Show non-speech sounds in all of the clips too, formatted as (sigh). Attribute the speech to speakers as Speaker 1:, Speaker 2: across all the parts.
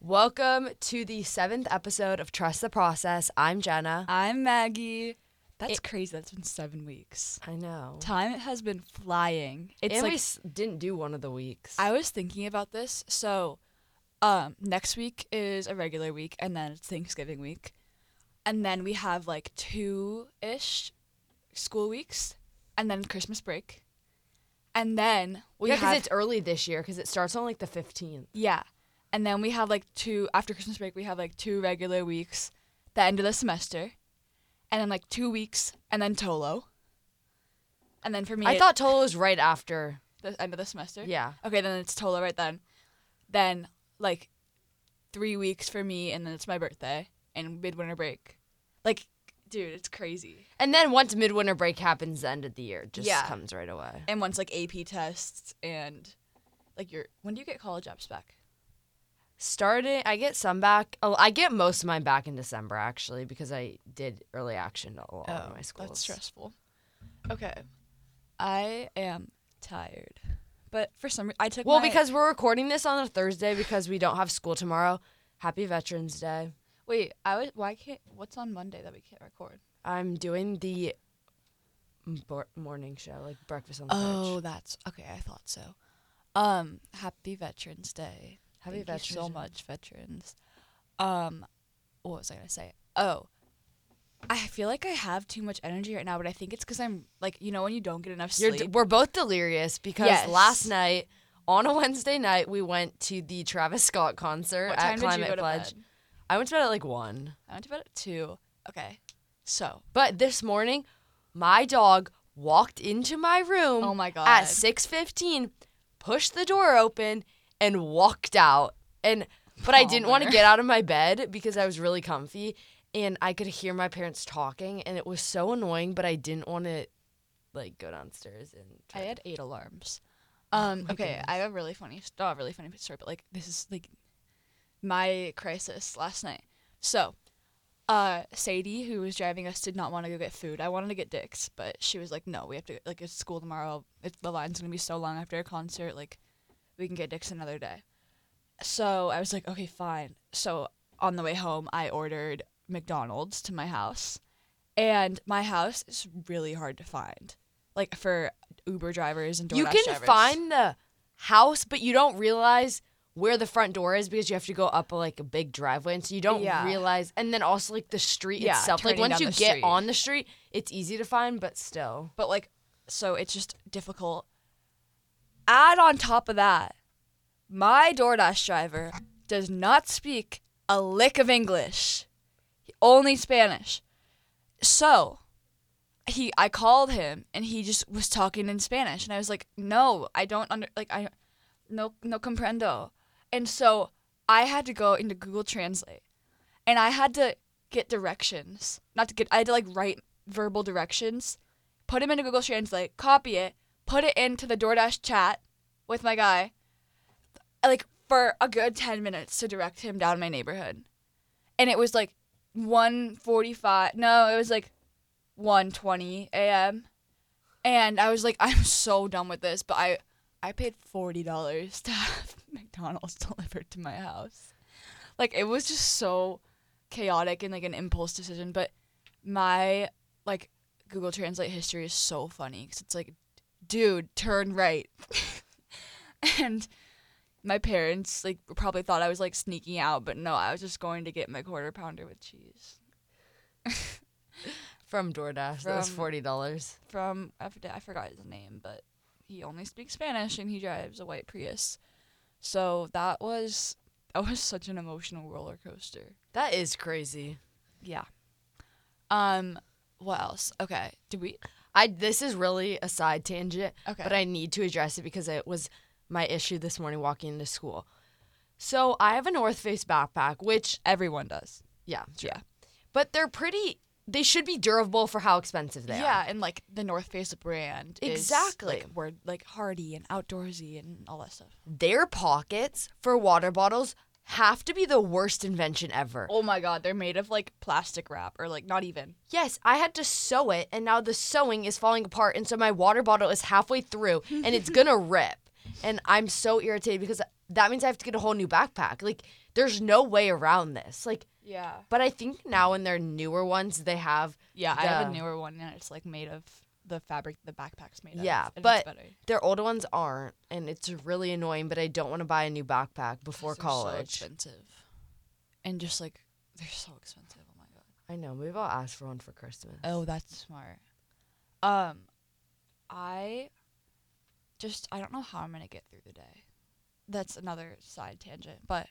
Speaker 1: Welcome to the seventh episode of Trust the Process. I'm Jenna.
Speaker 2: I'm Maggie. That's
Speaker 1: It-
Speaker 2: crazy. That's been seven weeks.
Speaker 1: I know.
Speaker 2: Time has been flying. It's
Speaker 1: and
Speaker 2: like
Speaker 1: we s- didn't do one of the weeks.
Speaker 2: I was thinking about this. So, um, next week is a regular week, and then it's Thanksgiving week, and then we have like two ish school weeks, and then Christmas break, and then we
Speaker 1: yeah, because
Speaker 2: have
Speaker 1: it's early this year because it starts on like the 15th.
Speaker 2: yeah, and then we have like two after Christmas break. We have like two regular weeks, the end of the semester, and then like two weeks, and then Tolo. And then for me,
Speaker 1: I
Speaker 2: it-
Speaker 1: thought Tolo was right after.
Speaker 2: the end of the semester.
Speaker 1: Yeah.
Speaker 2: Okay, then it's Tola right then. Then like three weeks for me, and then it's my birthday and midwinter break. Like, dude, it's crazy.
Speaker 1: And then once midwinter break happens, the end of the year just
Speaker 2: Yeah.
Speaker 1: comes right away.
Speaker 2: And once like AP tests and like your when do you get college apps back?
Speaker 1: Starting, I get some back. Oh, I get most of mine back in December actually because I did early action to a lot of my schools.
Speaker 2: Oh, that's stressful. Okay, I am tired, but for some reason I took
Speaker 1: Well,
Speaker 2: my-
Speaker 1: because we're recording this on a Thursday because we don't have school tomorrow. Happy Veterans Day.
Speaker 2: wait I was why can't what's on Monday that we can't record?
Speaker 1: I'm doing the m- bor- morning show, like breakfast on the
Speaker 2: Oh,
Speaker 1: Verge.
Speaker 2: that's okay. I thought so. Um, happy Veterans Day.
Speaker 1: Happy
Speaker 2: Thank you so
Speaker 1: Veterans Day.
Speaker 2: much, veterans. Um, what was I gonna say? Oh, I feel like I have too much energy right now, but I think it's because I'm like, you know, when you don't get enough
Speaker 1: You're
Speaker 2: sleep.
Speaker 1: d- we're both delirious because
Speaker 2: Yes.
Speaker 1: last night on a Wednesday night we went to the Travis Scott concert
Speaker 2: what
Speaker 1: at
Speaker 2: time
Speaker 1: Climate
Speaker 2: did you go to
Speaker 1: Pledge.
Speaker 2: bed?
Speaker 1: I went to bed at like one,
Speaker 2: I went to bed at two. Okay, so
Speaker 1: but this morning my dog walked into my room.
Speaker 2: Oh my
Speaker 1: At
Speaker 2: God.
Speaker 1: six fifteen, pushed the door open and walked out. And but I didn't want to
Speaker 2: Bummer.
Speaker 1: get out of my bed because I was really comfy and I could hear my parents talking and it was so annoying, but I didn't want to like go downstairs and
Speaker 2: I
Speaker 1: try
Speaker 2: had eight alarms. Um,
Speaker 1: Oh my
Speaker 2: okay,
Speaker 1: goodness.
Speaker 2: I have a really funny, st- not a really funny story, but like this is like my crisis last night. So, uh, Sadie, who was driving us, did not want to go get food. I wanted to get dicks, but she was like, "No, we have to like it's school tomorrow. It, the line's gonna be so long after a concert. Like, we can get dicks another day." So I was like, "Okay, fine." So on the way home, I ordered McDonald's to my house, and my house is really hard to find, like for Uber drivers and DoorDash
Speaker 1: you can
Speaker 2: drivers.
Speaker 1: find the house, but you don't realize where the front door is because you have to go up like a big driveway, and so you don't
Speaker 2: Yeah.
Speaker 1: realize. And then also like the street
Speaker 2: Yeah,
Speaker 1: itself, like
Speaker 2: turning
Speaker 1: once
Speaker 2: down
Speaker 1: you
Speaker 2: the
Speaker 1: get
Speaker 2: street.
Speaker 1: on the street, it's easy to find, but still.
Speaker 2: but like so it's just difficult add on top of that my DoorDash driver does not speak a lick of English only Spanish so he I called him and he just was talking in Spanish and I was like no I don't under like I no no comprendo and so I had to go into Google Translate and I had to get directions not to get I had to like write verbal directions put him into Google Translate, copy it, put it into the DoorDash chat with my guy, like for a good 10 minutes to direct him down my neighborhood. And it was like 1:45. No, it was like 1:20 a.m. And I was like, (laughs) I'm so done with this, but I I paid forty dollars to have (laughs) McDonald's delivered to my house. Like it was just so chaotic and like an impulse decision. But my like Google Translate history is so funny because it's like, dude, turn right. (laughs) and my parents like probably thought I was like sneaking out, but no, I was just going to get my quarter pounder with cheese
Speaker 1: From DoorDash, that was
Speaker 2: From-
Speaker 1: forty dollars.
Speaker 2: from I forget- I forgot his name, but he only speaks Spanish and he drives a white Prius. So that was (laughs) that was such an emotional roller coaster.
Speaker 1: That is crazy.
Speaker 2: Yeah. Um. What else? Okay. Did we?
Speaker 1: I this is really a side tangent,
Speaker 2: Okay.
Speaker 1: but I need to address it because it was my issue this morning walking into school. So I have a North Face backpack, which
Speaker 2: everyone does.
Speaker 1: yeah, true.
Speaker 2: Yeah.
Speaker 1: but they're pretty. They should be durable for how expensive they are.
Speaker 2: yeah, and like the North Face brand.
Speaker 1: Exactly.
Speaker 2: Is, like, we're like hardy and outdoorsy and all that stuff.
Speaker 1: their pockets for water bottles have to be the worst invention ever.
Speaker 2: Oh my God, they're made of like plastic wrap or like not even.
Speaker 1: Yes, I had to sew it and now the sewing is falling apart and so my water bottle is halfway through and it's going to rip. and I'm so irritated because that means I have to get a whole new backpack. Like there's no way around this. Like
Speaker 2: Yeah.
Speaker 1: but I think now in their newer ones they have
Speaker 2: Yeah, I have a
Speaker 1: The-
Speaker 2: newer one and it's like made of the fabric the backpack's made of.
Speaker 1: Yeah,
Speaker 2: and
Speaker 1: but
Speaker 2: it's better.
Speaker 1: their older ones aren't and it's really annoying but I don't want to buy a new backpack before
Speaker 2: They're so
Speaker 1: college.
Speaker 2: expensive. And just like they're so expensive. Oh my god.
Speaker 1: I know, maybe I'll ask for one for Christmas.
Speaker 2: Oh, that's smart. Um, I just I don't know how I'm gonna get through the day. That's another side tangent, but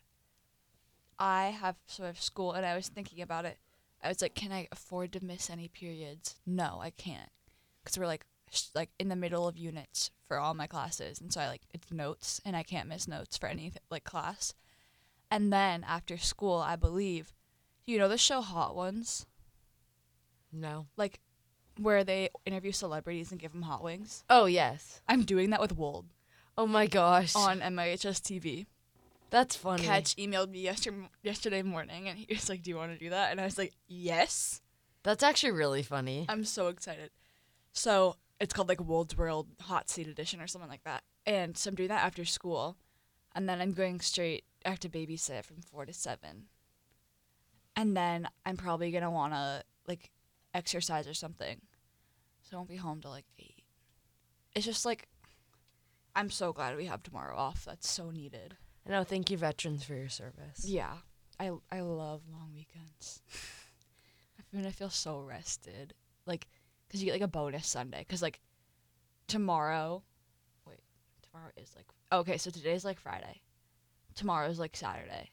Speaker 2: I have so I have school, and I was thinking about it. I was like, can I afford to miss any periods? No, I can't, because we're like sh- like in the middle of units for all my classes, and so I like it's notes, and I can't miss notes for any like class. And then after school, I believe, you know the show Hot Ones
Speaker 1: No.
Speaker 2: like where they interview celebrities and give them hot wings.
Speaker 1: Oh yes.
Speaker 2: I'm doing that with Wold
Speaker 1: Oh my gosh.
Speaker 2: on MIHS TV.
Speaker 1: That's funny.
Speaker 2: Catch emailed me yesterday, yesterday morning and he was like, "Do you want to do that?" And I was like, "Yes."
Speaker 1: That's actually really funny.
Speaker 2: (laughs) I'm so excited. So it's called like Wold's World Hot Seat Edition or something like that. And so I'm doing that after school, and then I'm going straight. I have to babysit from four to seven, and then I'm probably gonna wanna like exercise or something. So I won't be home till like eight. It's just like I'm so glad we have tomorrow off. That's so needed.
Speaker 1: I know, thank you veterans for your service.
Speaker 2: Yeah, I I love long weekends. I'm gonna feel so rested, like, cause you get like a bonus Sunday, cause like tomorrow, wait, tomorrow is like okay, so today's like Friday, tomorrow's like Saturday,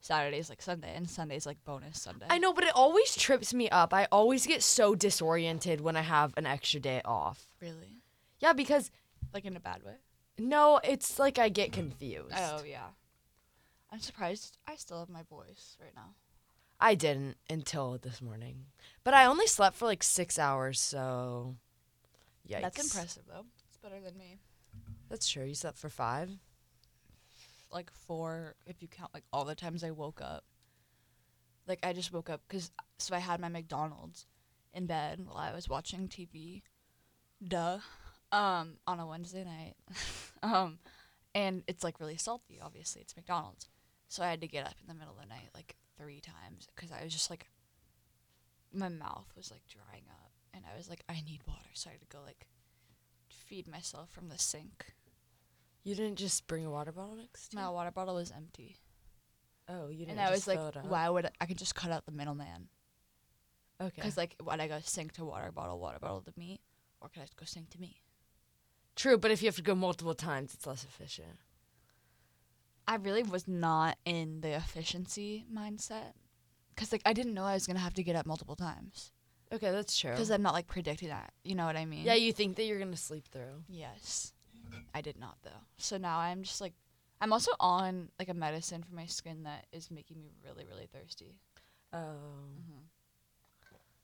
Speaker 2: Saturday's like Sunday, and Sunday's like bonus Sunday.
Speaker 1: I know, but it always trips me up. I always get so disoriented when I have an extra day off.
Speaker 2: really,
Speaker 1: Yeah, because
Speaker 2: like in a bad way.
Speaker 1: no, it's like I get confused.
Speaker 2: Oh yeah, I'm surprised I still have my voice right now.
Speaker 1: I didn't until this morning. But I only slept for like six hours, so yikes.
Speaker 2: That's impressive though. It's better than me.
Speaker 1: That's true. You slept for five?
Speaker 2: like four if you count like all the times I woke up. Like I just woke up because so I had my McDonald's in bed while I was watching TV, duh, um, on a Wednesday night, (laughs) um, and it's like really salty. Obviously, it's McDonald's, so I had to get up in the middle of the night like three times because I was just like, my mouth was like drying up, and I was like, I need water, so I had to go like feed myself from the sink.
Speaker 1: You didn't just bring a water bottle next to
Speaker 2: My water bottle was empty.
Speaker 1: you? Oh, you didn't
Speaker 2: and I was
Speaker 1: just
Speaker 2: like,
Speaker 1: fill it up?
Speaker 2: why would I, I could just cut out the middleman?
Speaker 1: Okay.
Speaker 2: Because like, would I go sink to water bottle, water bottle to me, or could I go sink to me?
Speaker 1: True, but if you have to go multiple times, it's less efficient.
Speaker 2: I really was not in the efficiency mindset, because like I didn't know I was gonna have to get up multiple times,
Speaker 1: Okay, that's true.
Speaker 2: because I'm not like predicting that. You know what I mean?
Speaker 1: yeah, you think that you're going to sleep through.
Speaker 2: Yes. I did not though. So now I'm just like, I'm also on like a medicine for my skin that is making me really, really thirsty.
Speaker 1: Oh.
Speaker 2: Mm-hmm.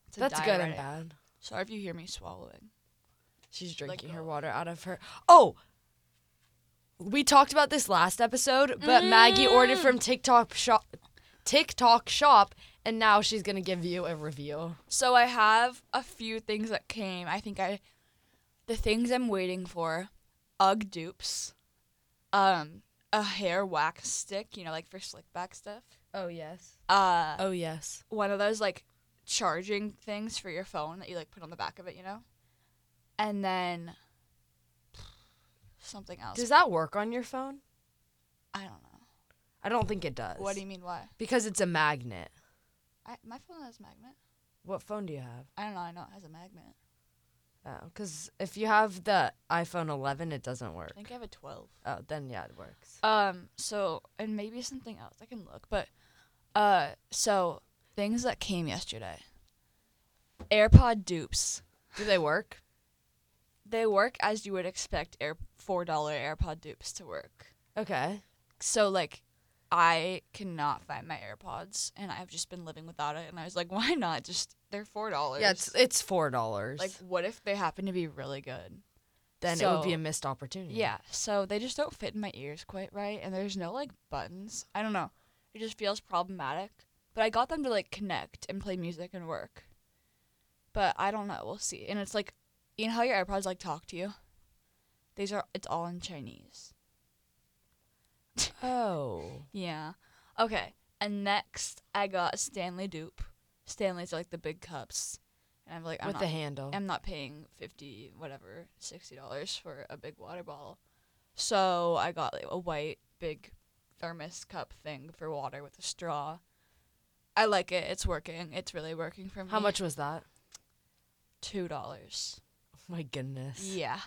Speaker 2: It's a
Speaker 1: That's good and
Speaker 2: diuretic.
Speaker 1: bad.
Speaker 2: Sorry if you hear me swallowing.
Speaker 1: She's
Speaker 2: Let
Speaker 1: drinking her
Speaker 2: go.
Speaker 1: water out of her. Oh, we talked about this last episode, but Maggie ordered from
Speaker 2: Mm.
Speaker 1: TikTok shop, TikTok shop, and now she's gonna give you a review.
Speaker 2: So I have a few things that came. I think I the things I'm waiting for, UGG dupes, um, a hair wax stick, you know, like for slick back stuff.
Speaker 1: Oh yes.
Speaker 2: Uh
Speaker 1: Oh yes.
Speaker 2: one of those like charging things for your phone that you like put on the back of it, you know? And then something else.
Speaker 1: Does that work on your phone?
Speaker 2: I don't know.
Speaker 1: I don't think it does.
Speaker 2: What do you mean why?
Speaker 1: Because it's a magnet.
Speaker 2: I, my phone has a magnet.
Speaker 1: What phone do you have?
Speaker 2: I don't know, I know it has a magnet.
Speaker 1: Oh, because if you have the iPhone 11, it doesn't work.
Speaker 2: I think I have a twelve.
Speaker 1: Oh, then yeah, it works.
Speaker 2: Um, so and maybe something else I can look, but uh, so things that came yesterday. AirPod dupes.
Speaker 1: Do they work?
Speaker 2: They work as you would expect air four dollar AirPod dupes to work.
Speaker 1: Okay.
Speaker 2: So like, I cannot find my AirPods, and I've just been living without it. And I was like, (laughs) why not? Just they're four dollars.
Speaker 1: Yeah, it's it's four dollars.
Speaker 2: like what if they happen to be really good?
Speaker 1: then it would be
Speaker 2: so-
Speaker 1: a missed opportunity.
Speaker 2: Yeah. So they just don't fit in my ears quite right, and there's no like buttons. I don't know. It just feels problematic. But I got them to like connect and play music and work. But I don't know. We'll see. And it's like, you know how your AirPods like talk to you? These are it's all in Chinese.
Speaker 1: Oh.
Speaker 2: Yeah. Okay. And next, I got Stanley dupe. Stanley's are like the big cups, and I'm like, I'm
Speaker 1: With
Speaker 2: not,
Speaker 1: the handle.
Speaker 2: I'm not paying fifty, whatever, sixty dollars for a big water bottle. So I got like, a white big thermos cup thing for water with a straw. I like it. It's working. It's really working for me.
Speaker 1: How much was that? Oh
Speaker 2: Two dollars.
Speaker 1: My goodness.
Speaker 2: Yeah.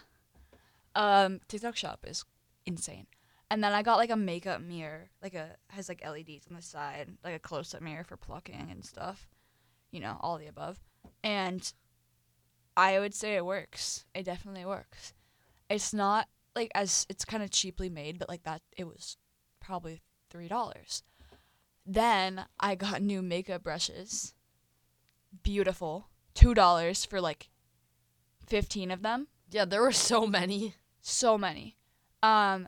Speaker 2: Um, TikTok shop is insane. And then I got like a makeup mirror, like a has like LEDs on the side, like a close up mirror for plucking and stuff. You know, all the above. And I would say it works. It definitely works. It's not like as it's kind of cheaply made, but like that it was probably three dollars. Then I got new makeup brushes. Beautiful. Two dollars for like fifteen of them
Speaker 1: Yeah, there were so many.
Speaker 2: so many um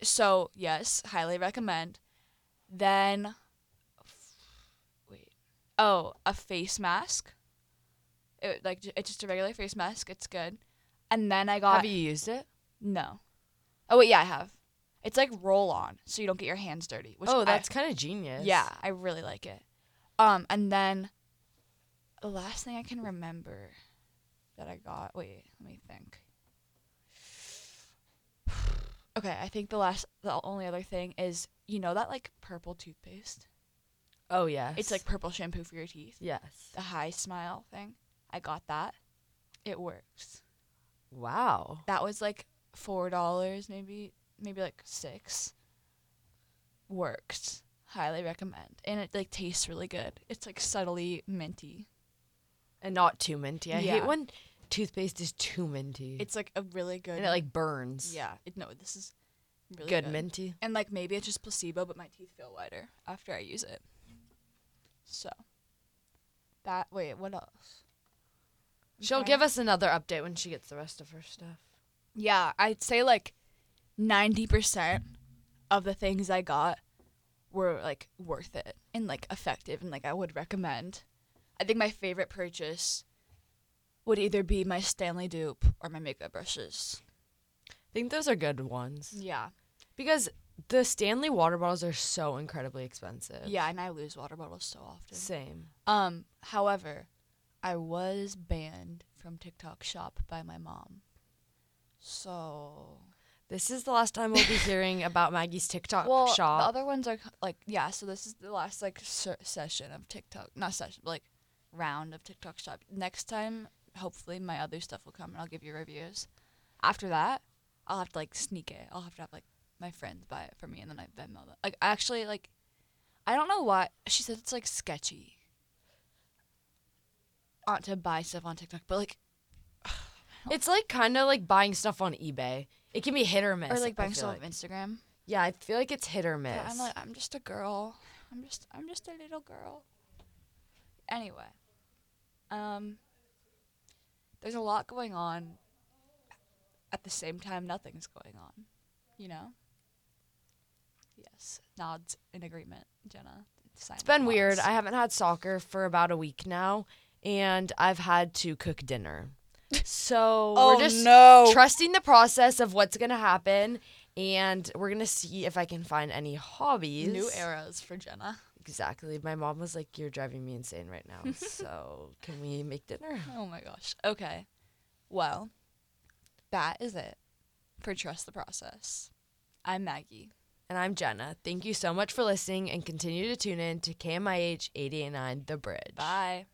Speaker 2: so yes highly recommend then wait oh a face mask it like ju- it's just a regular face mask it's good and then i got
Speaker 1: Have you used it?
Speaker 2: no oh wait yeah i have it's like roll on so you don't get your hands dirty which
Speaker 1: Oh,
Speaker 2: I-
Speaker 1: that's kind of genius.
Speaker 2: yeah i really like it um and then the last thing i can remember that i got wait let me think (sighs) okay i think the last the only other thing is you know that like purple toothpaste
Speaker 1: Oh yes.
Speaker 2: it's like purple shampoo for your teeth
Speaker 1: yes.
Speaker 2: the high smile thing i got that it works
Speaker 1: Wow.
Speaker 2: that was like four dollars maybe maybe like six works highly recommend and it like tastes really good it's like subtly minty
Speaker 1: And not too minty. I hate
Speaker 2: Yeah.
Speaker 1: when toothpaste is too minty.
Speaker 2: it's like a really good
Speaker 1: Mm. and it like burns.
Speaker 2: yeah it, no this is really
Speaker 1: good, minty.
Speaker 2: and like maybe it's just placebo but my teeth feel whiter after i use it so that wait what else I'm
Speaker 1: She'll
Speaker 2: trying-
Speaker 1: give us another update when she gets the rest of her stuff.
Speaker 2: yeah, I'd say like 90% of the things I got were like worth it and like effective and like I would recommend. I think my favorite purchase would either be my Stanley dupe or my makeup brushes.
Speaker 1: I think those are good ones
Speaker 2: Yeah.
Speaker 1: because the Stanley water bottles are so incredibly expensive.
Speaker 2: Yeah, and I lose water bottles so often.
Speaker 1: Same.
Speaker 2: Um, however, I was banned from TikTok shop by my mom. So
Speaker 1: This is the last time we'll be hearing about Maggie's TikTok
Speaker 2: well,
Speaker 1: shop.
Speaker 2: The other ones are c- like yeah. So this is the last like se- session of TikTok, not session, but, like round of TikTok shop. Next time, hopefully, my other stuff will come and I'll give you reviews. After that, I'll have to like sneak it. I'll have to have like my friends buy it for me and then I Venmo them. Like actually, like I don't know why she said it's like sketchy. On to buy stuff on TikTok, but like
Speaker 1: It's like kind of like buying stuff on eBay. It can be hit or miss.
Speaker 2: or
Speaker 1: I
Speaker 2: like buying
Speaker 1: feel
Speaker 2: stuff
Speaker 1: like.
Speaker 2: on Instagram.
Speaker 1: Yeah, I feel like it's hit or miss.
Speaker 2: But I'm like, I'm just a girl. I'm just, I'm just a little girl. Anyway, um, there's a lot going on. At the same time, nothing's going on. You know. Yes, nods in agreement, Jenna.
Speaker 1: it's been weird. I haven't had soccer for about a week now, and I've had to cook dinner. So
Speaker 2: (laughs) Oh,
Speaker 1: we're just
Speaker 2: no.
Speaker 1: trusting the process of what's gonna happen, and we're gonna see if I can find any hobbies.
Speaker 2: new eras for Jenna.
Speaker 1: Exactly. My mom was like, "You're driving me insane right
Speaker 2: (laughs)
Speaker 1: now. so can we make dinner?"
Speaker 2: Oh my gosh. Okay. Well, that is it for trust the process. I'm Maggie.
Speaker 1: And I'm Jenna. Thank you so much for listening, and continue to tune in to KMIH 889 The Bridge.
Speaker 2: Bye.